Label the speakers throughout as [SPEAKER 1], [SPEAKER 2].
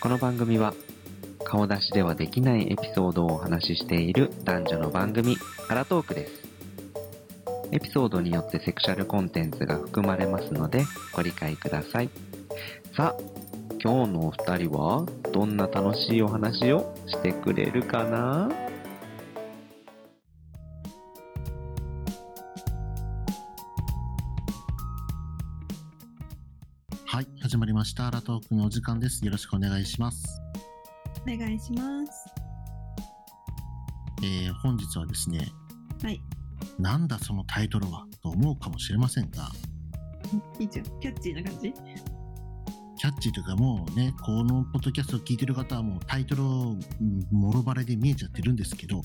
[SPEAKER 1] この番組は顔出しではできないエピソードをお話ししている男女の番組アラトークですエピソードによってセクシャルコンテンツが含まれますのでご理解くださいさあ今日のお二人はどんな楽しいお話をしてくれるかな
[SPEAKER 2] はい、始まりました。アラトークのお時間です。よろしくお願いします。
[SPEAKER 3] お願いします。
[SPEAKER 2] えー本日はですね、
[SPEAKER 3] はい。
[SPEAKER 2] なんだそのタイトルはと思うかもしれませんが、
[SPEAKER 3] いいじゃん。キャッチーな感じ
[SPEAKER 2] キャッチーというかもうね、このポッドキャストを聞いてる方はもうタイトルをうんもろバレで見えちゃってるんですけど、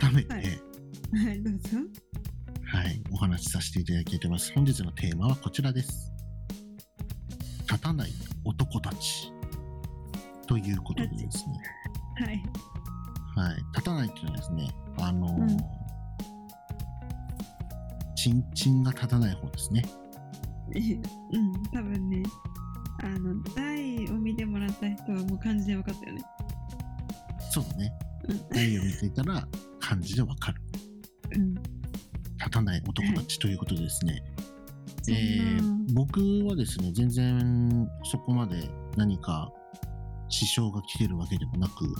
[SPEAKER 2] 改めて、は
[SPEAKER 3] はい
[SPEAKER 2] い、
[SPEAKER 3] はい、どうぞ。
[SPEAKER 2] お話しさせていただきたいと思います。本日のテーマはこちらです。立たない男たち。ということでですね。
[SPEAKER 3] はい。
[SPEAKER 2] はい、立たないっていうのはですね、あのー
[SPEAKER 3] うん
[SPEAKER 2] チンチンが立たない方ですね。
[SPEAKER 3] うん、多分ね、あの、台を見てもらった人はもう感じで分かったよね。
[SPEAKER 2] そうだね
[SPEAKER 3] うん。
[SPEAKER 2] 台を見ていたら漢字でわかる。
[SPEAKER 3] うん。
[SPEAKER 2] 立たない男たちということでですね。
[SPEAKER 3] そんな
[SPEAKER 2] えー僕はですね、全然そこまで何か支障が来てるわけでもなく、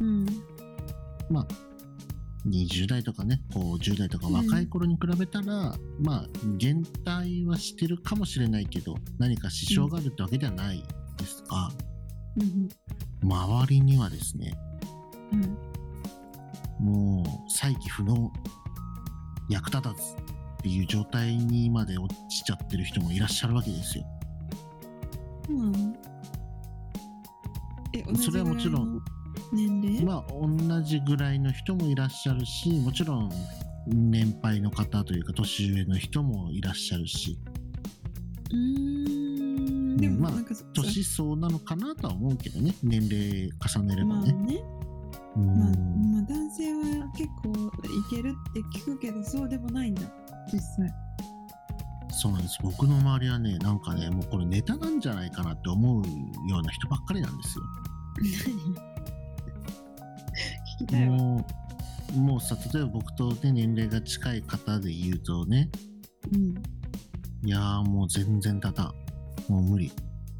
[SPEAKER 3] うん。
[SPEAKER 2] 20代とかね、こう10代とか若い頃に比べたら、まあ、減退はしてるかもしれないけど、何か支障があるってわけではないですが、
[SPEAKER 3] うん。
[SPEAKER 2] 周りにはですね、
[SPEAKER 3] うん。
[SPEAKER 2] もう再起不能、役立たずっていう状態にまで落ちちゃってる人もいらっしゃるわけですよ。
[SPEAKER 3] そうなのえ、同じ
[SPEAKER 2] それはもちろん
[SPEAKER 3] ぐらいの年齢
[SPEAKER 2] まあ同じぐらいの人もいらっしゃるし、もちろん年配の方というか年上の人もいらっしゃるし、
[SPEAKER 3] うーん。で
[SPEAKER 2] うん
[SPEAKER 3] も、
[SPEAKER 2] まあ
[SPEAKER 3] なんかそ、
[SPEAKER 2] 年相なのかなとは思うけどね、年齢重ねれば
[SPEAKER 3] まあ
[SPEAKER 2] ね。
[SPEAKER 3] ね、
[SPEAKER 2] う
[SPEAKER 3] まあ、
[SPEAKER 2] ん
[SPEAKER 3] まあ男性は結構いけるって聞くけど、そうでもないんだ、実際。
[SPEAKER 2] そうなんです。僕の周りはね、なんかね、もうこれネタなんじゃないかなって思うような人ばっかりなんですよ。
[SPEAKER 3] 聞きたいわ。
[SPEAKER 2] もうもうさ例えば僕と、ね、年齢が近い方で言うとね
[SPEAKER 3] うん。
[SPEAKER 2] いやーもう全然立たんもう無理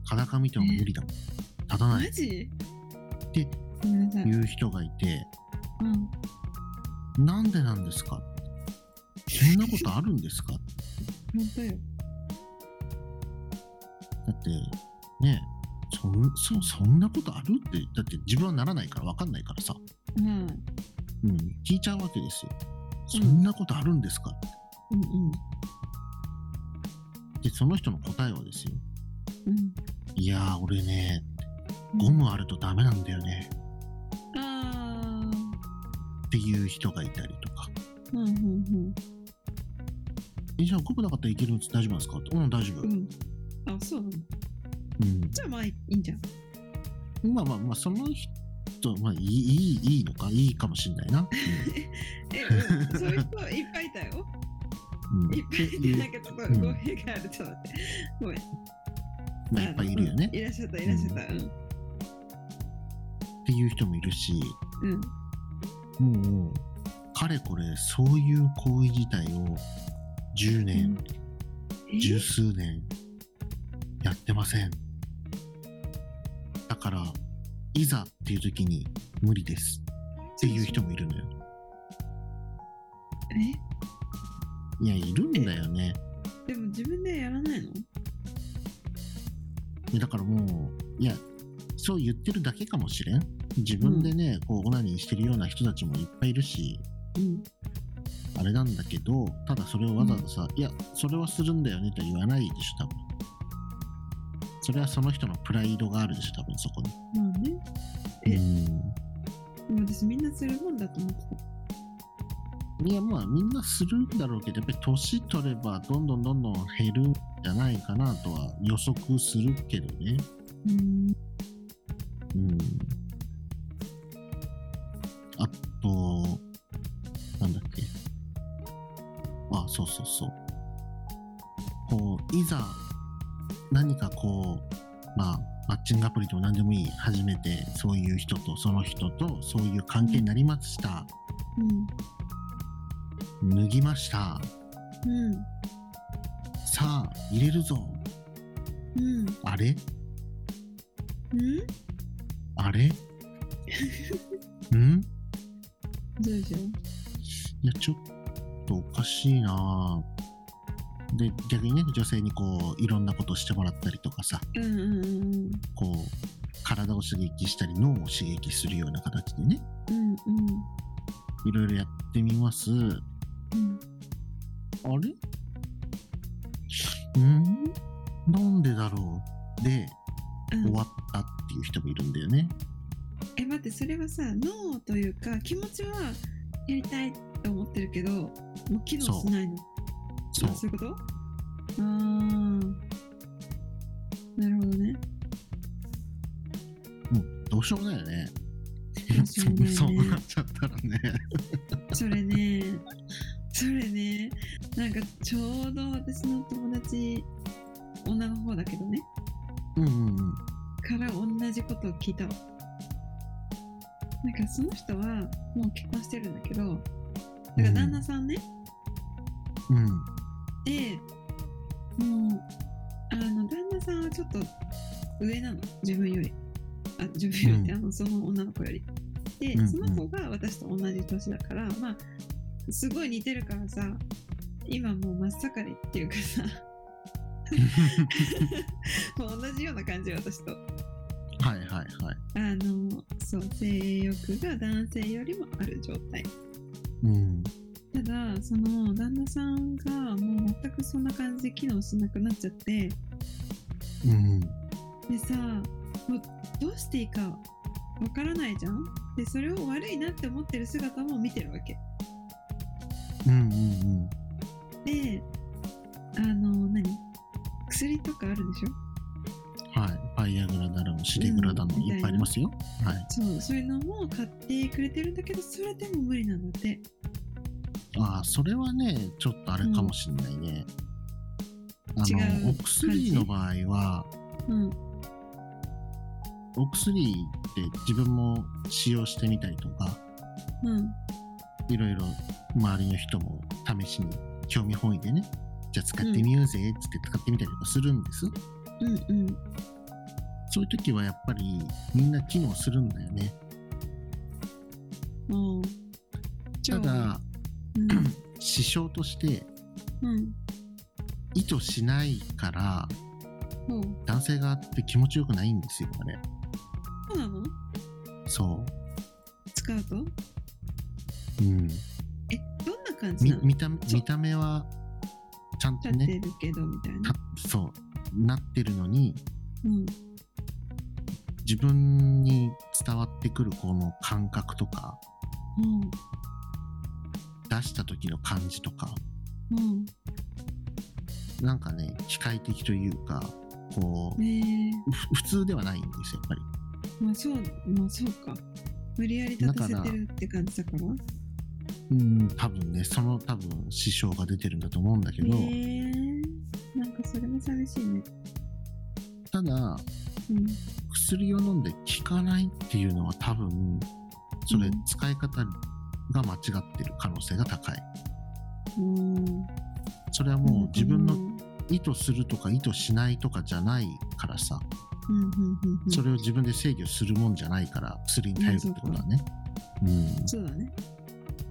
[SPEAKER 2] 裸見ても無理だもん立たない
[SPEAKER 3] マジ
[SPEAKER 2] で
[SPEAKER 3] ごめんなさい。
[SPEAKER 2] いう人がいて
[SPEAKER 3] うん。
[SPEAKER 2] なんでなんですかそんなことあるんですか
[SPEAKER 3] 本当よ。
[SPEAKER 2] だってねそんそそんなことあるってだって自分はならないから分かんないからさ、
[SPEAKER 3] うん。うん
[SPEAKER 2] うん、聞いちゃうわけですよそんなことあるんですか
[SPEAKER 3] うん。
[SPEAKER 2] でその人の答えはですよ
[SPEAKER 3] うん。
[SPEAKER 2] いやー俺ねゴムあるとダメなんだよね
[SPEAKER 3] あ
[SPEAKER 2] っていう人がいたりとか、
[SPEAKER 3] ー。うんうん
[SPEAKER 2] え、じゃあゴムなかったらいけるんです大丈夫なんですかってうん、大丈夫。
[SPEAKER 3] うん。うん。あ、そうなの
[SPEAKER 2] う
[SPEAKER 3] じゃあまあいいんじゃん。
[SPEAKER 2] ん。まあまあまあ、その人、まあいい、いい、いいのか、いいかもしれないな。
[SPEAKER 3] え、うんそういう人いっぱいいた よ。
[SPEAKER 2] うん。うん
[SPEAKER 3] いっぱいいた。なんかちょっ
[SPEAKER 2] うん
[SPEAKER 3] と語弊がある。ちょっと待って。ごめん。
[SPEAKER 2] まあ、いっぱいい るよね
[SPEAKER 3] うん。いらっしゃった、いらっしゃった。うん。
[SPEAKER 2] っていう人もいるし、
[SPEAKER 3] うん。
[SPEAKER 2] もう、かれこれ、そういう行為自体を10年、
[SPEAKER 3] え
[SPEAKER 2] 十数年、やってません。だから、いざっていう時に無理ですっていう人もいるのよ。
[SPEAKER 3] え
[SPEAKER 2] いや、いるんだよね。
[SPEAKER 3] でも自分でやらないの
[SPEAKER 2] ねだからもういやそう言ってるだけかもしれん自分でね、こうオナニーしてるような人たちもいっぱいいるし
[SPEAKER 3] うん。
[SPEAKER 2] あれなんだけどただそれをわざわざさ、いやそれはするんだよねとは言わないでしょ多分それはその人のプライドがあるでしょ多分そこに
[SPEAKER 3] まあね。え
[SPEAKER 2] う
[SPEAKER 3] でも私みんなするもんだと思ってた。
[SPEAKER 2] んいやまあみんなするんだろうけどやっぱり年取ればどんどんどんどん減るんじゃないかなとは予測するけどね
[SPEAKER 3] うん。
[SPEAKER 2] うんあと、なんだっけ。あ、そうそうそう。こう、いざ、何かこう、まあ、マッチングアプリでも何でもいい初めてそういう人とその人とそういう関係になりました
[SPEAKER 3] うん
[SPEAKER 2] 脱ぎました
[SPEAKER 3] うん
[SPEAKER 2] さあ入れるぞ
[SPEAKER 3] うん
[SPEAKER 2] あれ
[SPEAKER 3] うん
[SPEAKER 2] あれん
[SPEAKER 3] どうしよ
[SPEAKER 2] いやちょっとおかしいなぁで逆にね女性にこういろんなことしてもらったりとかさ
[SPEAKER 3] ううんうんうん
[SPEAKER 2] こう体を刺激したり脳を刺激するような形でね
[SPEAKER 3] うんうん
[SPEAKER 2] いろいろやってみます
[SPEAKER 3] うん
[SPEAKER 2] あれうんなんでだろうで
[SPEAKER 3] うん
[SPEAKER 2] 終わったっていう人もいるんだよね
[SPEAKER 3] え待ってそれはさ脳というか気持ちはやりたいと思ってるけどもう機能
[SPEAKER 2] そう
[SPEAKER 3] しないの
[SPEAKER 2] そう
[SPEAKER 3] あそういうことあーなるほどね
[SPEAKER 2] もうどうしようもないよね
[SPEAKER 3] どうしようもないね
[SPEAKER 2] そうなっちゃったらね
[SPEAKER 3] それねそれねなんかちょうど私の友達女の方だけどね
[SPEAKER 2] うんうんうん
[SPEAKER 3] から同じことを聞いたのなんかその人はもう結婚してるんだけどなんか旦那さんね、
[SPEAKER 2] うん
[SPEAKER 3] でもうあの旦那さんはちょっと上なの自分よりあ自分よりって、
[SPEAKER 2] うん
[SPEAKER 3] あのその女の子よりで、
[SPEAKER 2] うんうん
[SPEAKER 3] その子が私と同じ年だからまあすごい似てるからさ今もう真っ盛りっていうかさ もう同じような感じ私と
[SPEAKER 2] はいはいはい
[SPEAKER 3] あのそう性欲が男性よりもある状態
[SPEAKER 2] うん
[SPEAKER 3] ただその旦那さんがもう全くそんな感じで機能しなくなっちゃって
[SPEAKER 2] うん
[SPEAKER 3] でさもうどうしていいかわからないじゃんでそれを悪いなって思ってる姿も見てるわけ
[SPEAKER 2] うんうん
[SPEAKER 3] であの何薬とかあるでしょ
[SPEAKER 2] うんはいバイアグラだろうシデグラだの
[SPEAKER 3] うん
[SPEAKER 2] いっぱいありますよはい
[SPEAKER 3] そうそういうのも買ってくれてるんだけどそれでも無理なんだって
[SPEAKER 2] ああそれはねちょっとあれかもしんないね、あ
[SPEAKER 3] 違う
[SPEAKER 2] のお薬の場合は
[SPEAKER 3] うん
[SPEAKER 2] お薬って自分も使用してみたりとか
[SPEAKER 3] うん
[SPEAKER 2] いろいろ周りの人も試しに興味本位でねじゃあ使ってみようぜっつって使ってみたりとかするんです、
[SPEAKER 3] うんうん
[SPEAKER 2] そういう時はやっぱりみんな機能するんだよね
[SPEAKER 3] もう
[SPEAKER 2] ただ
[SPEAKER 3] うん
[SPEAKER 2] 支障として
[SPEAKER 3] うん
[SPEAKER 2] 意図しないから
[SPEAKER 3] そう
[SPEAKER 2] 男性側って気持ちよくないんですよあれ
[SPEAKER 3] そうなの
[SPEAKER 2] そ
[SPEAKER 3] 使うと
[SPEAKER 2] ううん
[SPEAKER 3] えどんな感じ
[SPEAKER 2] み
[SPEAKER 3] なの
[SPEAKER 2] 見た目
[SPEAKER 3] そう
[SPEAKER 2] 見た目はちゃんと
[SPEAKER 3] 立って
[SPEAKER 2] ね
[SPEAKER 3] るけどみたいな
[SPEAKER 2] たそうなってるのに
[SPEAKER 3] うん
[SPEAKER 2] 自分に伝わってくるこの感覚とか
[SPEAKER 3] うん
[SPEAKER 2] 出した時の感じとか
[SPEAKER 3] うん
[SPEAKER 2] なんかね機械的というかこう、
[SPEAKER 3] ねえ
[SPEAKER 2] ふ普通ではないんですよやっぱり
[SPEAKER 3] まあそう、まあそうか。無理やり立たせてるって感じだから。
[SPEAKER 2] うん多分ねその多分支障が出てるんだと思うんだけど、
[SPEAKER 3] ねえなんかそれも寂しいね。
[SPEAKER 2] ただ
[SPEAKER 3] うん。
[SPEAKER 2] 薬を飲んで効かないっていうのは多分それ
[SPEAKER 3] うん
[SPEAKER 2] 使い方が間違ってる可能性が高い
[SPEAKER 3] うん
[SPEAKER 2] それはもう自分
[SPEAKER 3] う
[SPEAKER 2] の
[SPEAKER 3] ん
[SPEAKER 2] 意図するとか意図しないとかじゃないからさ
[SPEAKER 3] うんうんうん。
[SPEAKER 2] それを自分で制御するもんじゃないから薬に頼るってことはねうん
[SPEAKER 3] そうだね。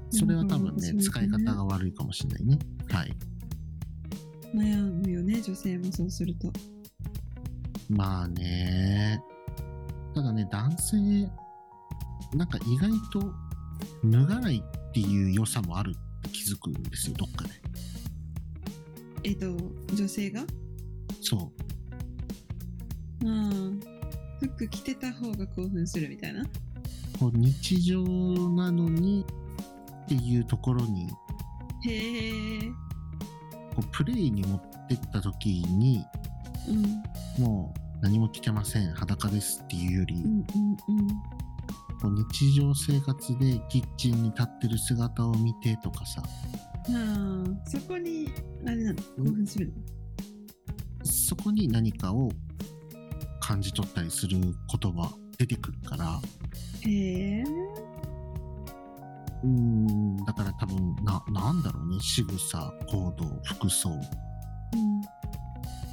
[SPEAKER 2] それは多分
[SPEAKER 3] な
[SPEAKER 2] ね
[SPEAKER 3] んか
[SPEAKER 2] 使い方が悪いかもしれないねはい
[SPEAKER 3] 悩むよね、女性もそうすると。
[SPEAKER 2] まあねただね男性なんか意外と脱がないっていう良さもあるって気づくんですよどっかで
[SPEAKER 3] えっと、女性が
[SPEAKER 2] そ
[SPEAKER 3] うん。服着てた方が興奮するみたいな。
[SPEAKER 2] うこう日常なのにっていうところに
[SPEAKER 3] へえ。
[SPEAKER 2] こうプレイに持ってった時に
[SPEAKER 3] うん
[SPEAKER 2] もう何も着てません裸ですっていうより、
[SPEAKER 3] うんうんうん。
[SPEAKER 2] こう日常生活でキッチンに立ってる姿を見てとかさ
[SPEAKER 3] ああ、そこに、あれなの、興奮するの。
[SPEAKER 2] そこに何かを感じ取ったりする言葉出てくるから、
[SPEAKER 3] へえ
[SPEAKER 2] うーん、だから多分、な、なんだろうね、仕草、行動、服装、
[SPEAKER 3] うん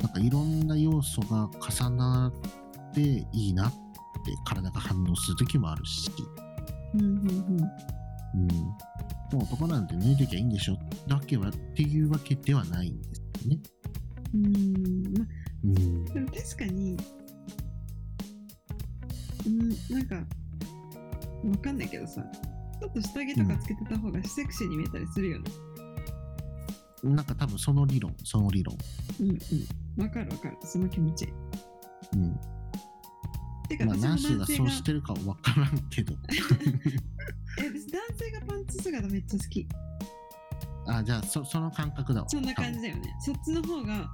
[SPEAKER 2] なんかいろんな要素が重なっていいなって体が反応する時もあるし、
[SPEAKER 3] うんうんうん
[SPEAKER 2] うん。でも男なんて脱いできゃいいんでしょだけは、っていうわけではないんですよね。
[SPEAKER 3] うんま
[SPEAKER 2] うん。
[SPEAKER 3] でも確かにうんなんかわかんないけどさちょっと下着とかつけてた方がセクシーに見えたりするよね
[SPEAKER 2] なんか多分その理論、その理論。
[SPEAKER 3] うんうんわかるわかるその気持ち
[SPEAKER 2] うん。
[SPEAKER 3] てか
[SPEAKER 2] まあ、
[SPEAKER 3] 私も
[SPEAKER 2] ナ
[SPEAKER 3] 男
[SPEAKER 2] ンシーが
[SPEAKER 3] 性
[SPEAKER 2] そ
[SPEAKER 3] が
[SPEAKER 2] うしてるかわからんけど。
[SPEAKER 3] え私男性がパンツ姿めっちゃ好き
[SPEAKER 2] あ、じゃあ、そ、その感覚だわ。
[SPEAKER 3] そんな感じだよねそっちの方
[SPEAKER 2] 多
[SPEAKER 3] が
[SPEAKER 2] 分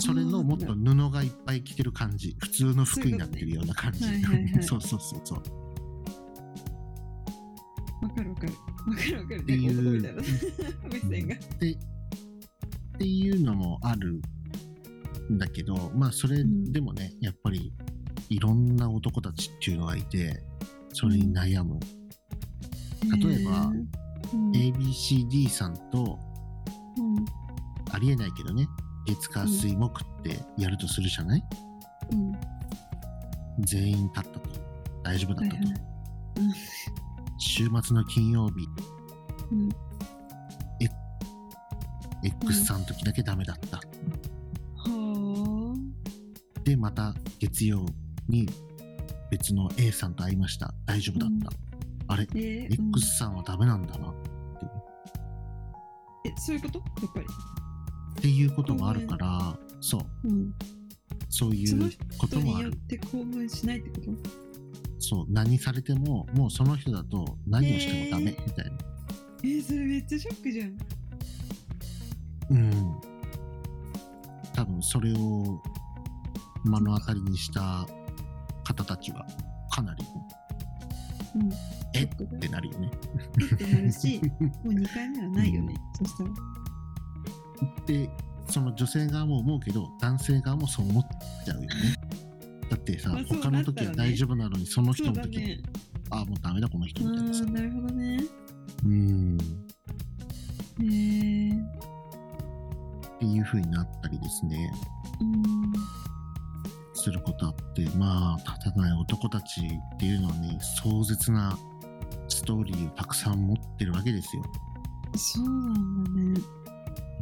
[SPEAKER 2] それのもっと布がいっぱい着てる感じ。普通の服になってるような感じ。
[SPEAKER 3] そういうことねはいはいはい
[SPEAKER 2] そうそうそうそう。っ
[SPEAKER 3] わかるわかるわかるわかる
[SPEAKER 2] てい
[SPEAKER 3] なん
[SPEAKER 2] う
[SPEAKER 3] か男みたいな目線が
[SPEAKER 2] て、っていうのもあるんだけど、まあ、それでもね、やっぱり、いろんな男たちっていうのがいて、それに悩む。例えば
[SPEAKER 3] えーうん
[SPEAKER 2] ABCD さんと、ありえないけどね、月火水木ってやるとするじゃない、
[SPEAKER 3] うんうん
[SPEAKER 2] 全員立ったと。大丈夫だったと。
[SPEAKER 3] はいはいうん
[SPEAKER 2] 週末の金曜日、
[SPEAKER 3] うん
[SPEAKER 2] X さんの時だけダメだった。
[SPEAKER 3] はあ
[SPEAKER 2] で、また月曜に別の A さんと会いました。大丈夫だった。あれ、
[SPEAKER 3] えーうん
[SPEAKER 2] X さんはダメなんだな。っ
[SPEAKER 3] えそういうことやっぱり、
[SPEAKER 2] ていうこともあるから、そう、
[SPEAKER 3] うん、
[SPEAKER 2] そうい
[SPEAKER 3] その
[SPEAKER 2] うこと
[SPEAKER 3] 人
[SPEAKER 2] もあ
[SPEAKER 3] によ
[SPEAKER 2] る
[SPEAKER 3] っ。て興奮しないってこと
[SPEAKER 2] そう、何されても、もうその人だと何をしてもダメ、みたいな。
[SPEAKER 3] えー、それめっちゃショックじゃん
[SPEAKER 2] うん。多分それを目の当たりにした方たちは、かなり
[SPEAKER 3] うん
[SPEAKER 2] え
[SPEAKER 3] ショックだ
[SPEAKER 2] ってなるよね。
[SPEAKER 3] えってな るしもう2回目はないよね、そしたら
[SPEAKER 2] でその女性側も思うけど男性側もそう思っちゃうよねだってさ、
[SPEAKER 3] まあそう
[SPEAKER 2] 他の時は
[SPEAKER 3] なったらね
[SPEAKER 2] 大丈夫なのにその人
[SPEAKER 3] そう
[SPEAKER 2] の
[SPEAKER 3] だ
[SPEAKER 2] 時、
[SPEAKER 3] ね
[SPEAKER 2] ああもうダメだこの
[SPEAKER 3] あ
[SPEAKER 2] 人みたいなさ
[SPEAKER 3] ーなるほどね
[SPEAKER 2] うーんっ
[SPEAKER 3] えー、
[SPEAKER 2] ていう風になったりですね
[SPEAKER 3] うん
[SPEAKER 2] することあってまあ立たない男たちっていうのはね壮絶なストーリーをたくさん持ってるわけですよ、
[SPEAKER 3] そうなんだね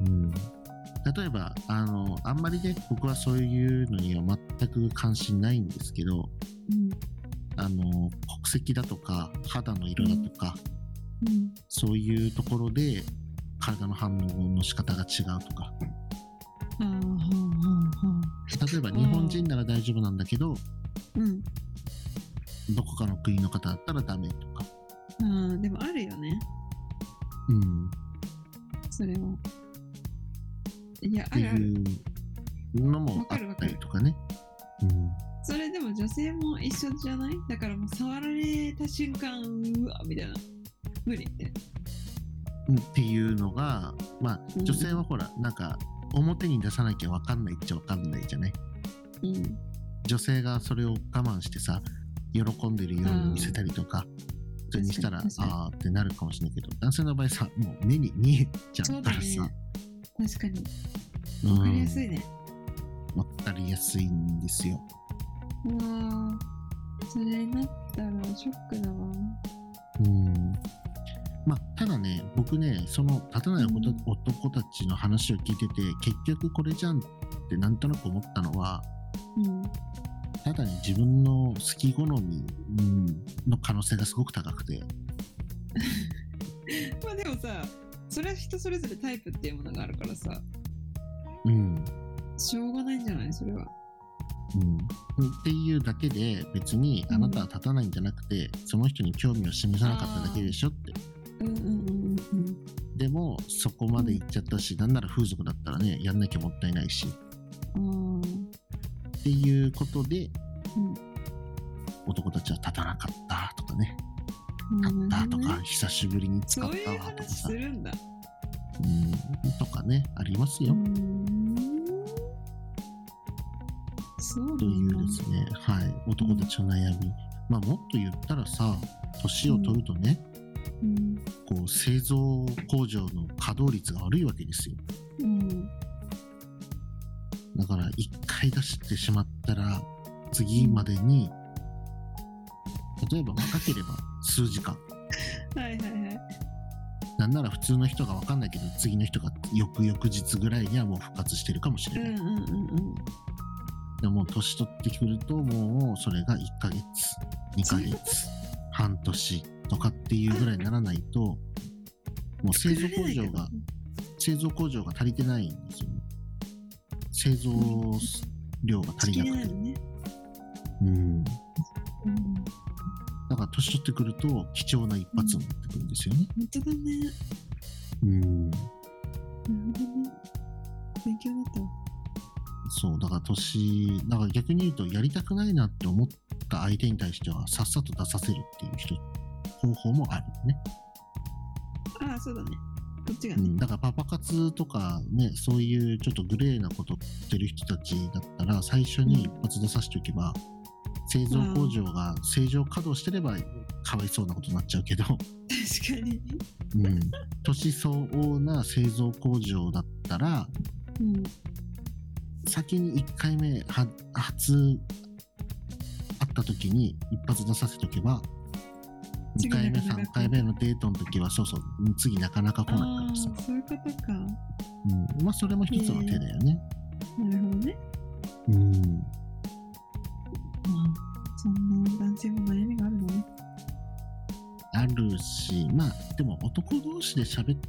[SPEAKER 2] うん、例えばあのあんまりね僕はそういうのには全く関心ないんですけど
[SPEAKER 3] うん
[SPEAKER 2] あの国籍だとか肌の色だとか、
[SPEAKER 3] うん
[SPEAKER 2] そういうところで体の反応の仕方が違うとか
[SPEAKER 3] ああはあはあはあ
[SPEAKER 2] 例えば日本人なら大丈夫なんだけど
[SPEAKER 3] うん
[SPEAKER 2] どこかの国の方だったらダメとか、
[SPEAKER 3] あーでもあるよね
[SPEAKER 2] うん、
[SPEAKER 3] それはいや
[SPEAKER 2] っ
[SPEAKER 3] あ
[SPEAKER 2] て
[SPEAKER 3] るある
[SPEAKER 2] いうのもあったりとかね。
[SPEAKER 3] それでも女性も一緒じゃないだからもう触られた瞬間うわみたいな無理って
[SPEAKER 2] うん、っていうのがまあ
[SPEAKER 3] うん
[SPEAKER 2] 女性はほらなんか表に出さなきゃ分かんないっちゃ分かんないじゃない
[SPEAKER 3] うん
[SPEAKER 2] 女性がそれを我慢してさ喜んでるように見せたりとか、それにしたら
[SPEAKER 3] 確かに確
[SPEAKER 2] あーってなるかもしれないけど男性の場合さもう目に見えちゃ
[SPEAKER 3] そう
[SPEAKER 2] う
[SPEAKER 3] だ
[SPEAKER 2] か
[SPEAKER 3] ね
[SPEAKER 2] らさ。
[SPEAKER 3] 確かに
[SPEAKER 2] うん
[SPEAKER 3] わかりやすいね
[SPEAKER 2] わかりやすいんですよ。
[SPEAKER 3] うわーそれになったらショックだわ
[SPEAKER 2] うん。まあ、ただね、僕ね、その立たない男男たちの話を聞いてて、結局これじゃんってなんとなく思ったのは、
[SPEAKER 3] うん
[SPEAKER 2] ただね、自分の好き好みうんの可能性がすごく高くて、
[SPEAKER 3] まあでもさそれは人それぞれタイプっていうものがあるからさ
[SPEAKER 2] うん。
[SPEAKER 3] しょうがないんじゃないそれは
[SPEAKER 2] うん、っていうだけで別にあなたは立たないんじゃなくて、その人に興味を示さなかっただけでしょって
[SPEAKER 3] うんうんうんうん
[SPEAKER 2] でもそこまで行っちゃったし、なんなら風俗だったらねやんなきゃもったいないし
[SPEAKER 3] うんあ
[SPEAKER 2] っていうことで、
[SPEAKER 3] うん
[SPEAKER 2] 男たちは立たなかったとかね
[SPEAKER 3] ーなる
[SPEAKER 2] 立った
[SPEAKER 3] ほ
[SPEAKER 2] と
[SPEAKER 3] どね
[SPEAKER 2] か、久しぶりに使
[SPEAKER 3] そ
[SPEAKER 2] っ
[SPEAKER 3] う
[SPEAKER 2] た
[SPEAKER 3] いう
[SPEAKER 2] わとか
[SPEAKER 3] 話
[SPEAKER 2] さ
[SPEAKER 3] するんだ
[SPEAKER 2] うんとかねありますよ、
[SPEAKER 3] うーんそうなん
[SPEAKER 2] と
[SPEAKER 3] だ
[SPEAKER 2] いうですね、はい、男たちの悩み、まあ、もっと言ったらさ年を取るとね、
[SPEAKER 3] うん
[SPEAKER 2] こう製造工場の稼働率が悪いわけですよ
[SPEAKER 3] うん
[SPEAKER 2] だから1回出してしまったら次までに例えば若ければ数時間
[SPEAKER 3] はいはいはい
[SPEAKER 2] なんなら普通の人が分かんないけど次の人が翌々日ぐらいにはもう復活してるかもし
[SPEAKER 3] う
[SPEAKER 2] れ
[SPEAKER 3] ん
[SPEAKER 2] ない、
[SPEAKER 3] うんうんうん
[SPEAKER 2] でも年取ってくるともうそれが1ヶ月2ヶ月半年とかっていうぐらいにならないともう製造工場が製造工場が足りてないんですよね製造量が足り
[SPEAKER 3] 足り
[SPEAKER 2] な
[SPEAKER 3] な
[SPEAKER 2] く
[SPEAKER 3] い
[SPEAKER 2] て
[SPEAKER 3] のね、
[SPEAKER 2] うんだ
[SPEAKER 3] うん、
[SPEAKER 2] から年取ってくると貴重な一発を持ってくるんですよね
[SPEAKER 3] 本当だね
[SPEAKER 2] うん
[SPEAKER 3] なるほどね勉強になったわ
[SPEAKER 2] そうだから年だから逆に言うとやりたくないなって思った相手に対してはさっさと出させるっていう人方法もあるよね
[SPEAKER 3] ああそうだねこっちが
[SPEAKER 2] う
[SPEAKER 3] ね、
[SPEAKER 2] ん、だからパパ活とかねそういうちょっとグレーなことしてる人たちだったら最初に一発出させておけば製造工場が正常稼働してればかわいそうなことになっちゃうけど、
[SPEAKER 3] 確かに
[SPEAKER 2] うん、年相応な製造工場だったら
[SPEAKER 3] うん
[SPEAKER 2] 先に1回目は初会った時に一発出させておけば2
[SPEAKER 3] 次なか
[SPEAKER 2] 回目
[SPEAKER 3] なか
[SPEAKER 2] 3回目のデートの時はそうそう次なかなか来ない
[SPEAKER 3] あ
[SPEAKER 2] からさ
[SPEAKER 3] あ、そういうことか
[SPEAKER 2] うん、まあそれも一つの手だよね。
[SPEAKER 3] なるほどね
[SPEAKER 2] うん
[SPEAKER 3] まあそんな男性も悩みがあるのね
[SPEAKER 2] あるしまあでも男同士で喋っ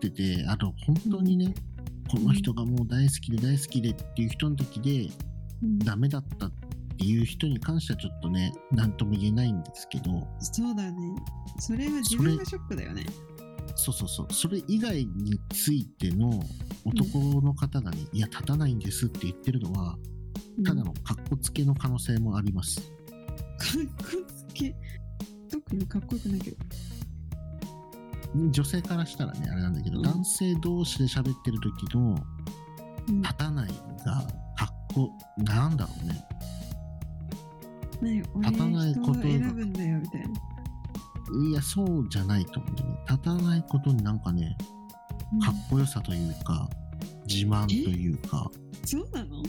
[SPEAKER 2] ててあと本当にね、この人がもう大好きで大好きでっていう人の時で
[SPEAKER 3] うん
[SPEAKER 2] ダメだったっていう人に関してはちょっとね何とも言えないんですけど
[SPEAKER 3] そうだねそれは自分がショックだよね
[SPEAKER 2] そうそうそうそれ以外についての男の方がね、いや立たないんですって言ってるのはただ
[SPEAKER 3] うん
[SPEAKER 2] のカッコつけの可能性もあります。
[SPEAKER 3] かっこつけ特にかっこよくないけど
[SPEAKER 2] 女性からしたらねあれなんだけど、
[SPEAKER 3] うん
[SPEAKER 2] 男性同士で喋ってる時の
[SPEAKER 3] うん
[SPEAKER 2] 立たないがかっこなんだろうね
[SPEAKER 3] ね俺
[SPEAKER 2] 立たないこと
[SPEAKER 3] 人を選ぶんだよみたいない
[SPEAKER 2] やそうじゃないと思うんだよね立たないことになんかね
[SPEAKER 3] うん
[SPEAKER 2] かっこよさというか自慢というか
[SPEAKER 3] そうなの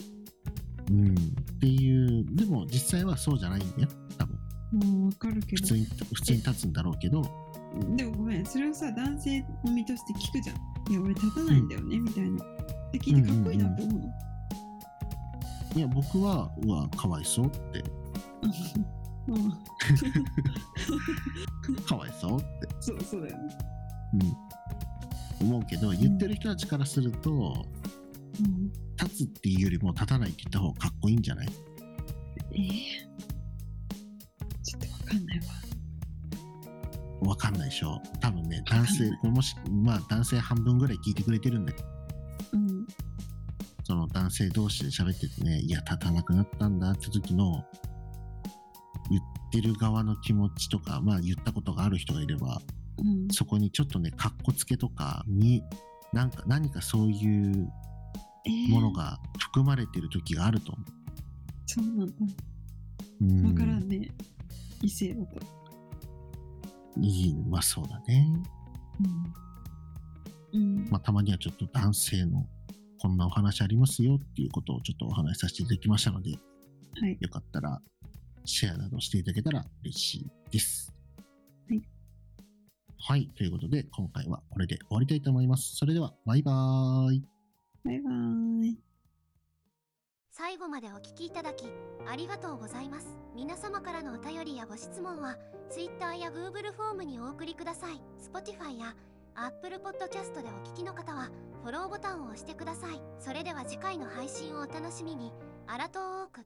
[SPEAKER 2] うんっていうでも実際はそうじゃないんだよ多分
[SPEAKER 3] もうわかるけ
[SPEAKER 2] 普
[SPEAKER 3] ど
[SPEAKER 2] 通に普通に立つんだろうけど
[SPEAKER 3] でもごめんそれをさ男性の身として聞くじゃんいや俺立たないんだよね、みたいなって聞いてかっこいいなって思うの、
[SPEAKER 2] いや僕はうわかわいそうって
[SPEAKER 3] うん
[SPEAKER 2] かわいそうって、
[SPEAKER 3] そうそうだよね、
[SPEAKER 2] うん、思うけど言ってる人たちからすると
[SPEAKER 3] うん、
[SPEAKER 2] 立つっていうよりも立たないって言った方がかっこいいんじゃない
[SPEAKER 3] えー、ちょっとわかんないわ
[SPEAKER 2] わかんないでしょ多分ね男性これもしまあ男性半分ぐらい聞いてくれてるんだけど
[SPEAKER 3] うん
[SPEAKER 2] その男性同士で喋っててね、いや、立たなくなったんだって時の、言ってる側の気持ちとか、まあ言ったことがある人がいれば、
[SPEAKER 3] うん
[SPEAKER 2] そこにちょっとね、かっこつけとかに、なんか、何かそういう
[SPEAKER 3] えー
[SPEAKER 2] ものが含まれてる時があると思
[SPEAKER 3] そうなんだ
[SPEAKER 2] う。うん
[SPEAKER 3] わからんね、異性だと、
[SPEAKER 2] いい、まあそうだね。
[SPEAKER 3] うんうん
[SPEAKER 2] まあたまにはちょっと男性のこんなお話ありますよっていうことをちょっとお話しさせていただきましたので、
[SPEAKER 3] はい
[SPEAKER 2] よかったらシェアなどしていただけたら嬉しいです。
[SPEAKER 3] はい。
[SPEAKER 2] はい、ということで今回はこれで終わりたいと思います。それではバイバーイ。
[SPEAKER 3] バイバーイ
[SPEAKER 4] 最後までお聞きいただきありがとうございます皆様からのお便りやご質問は Twitter や Google フォームにお送りください Spotify や Apple Podcast でお聞きの方はフォローボタンを押してくださいそれでは次回の配信をお楽しみにアラトーーク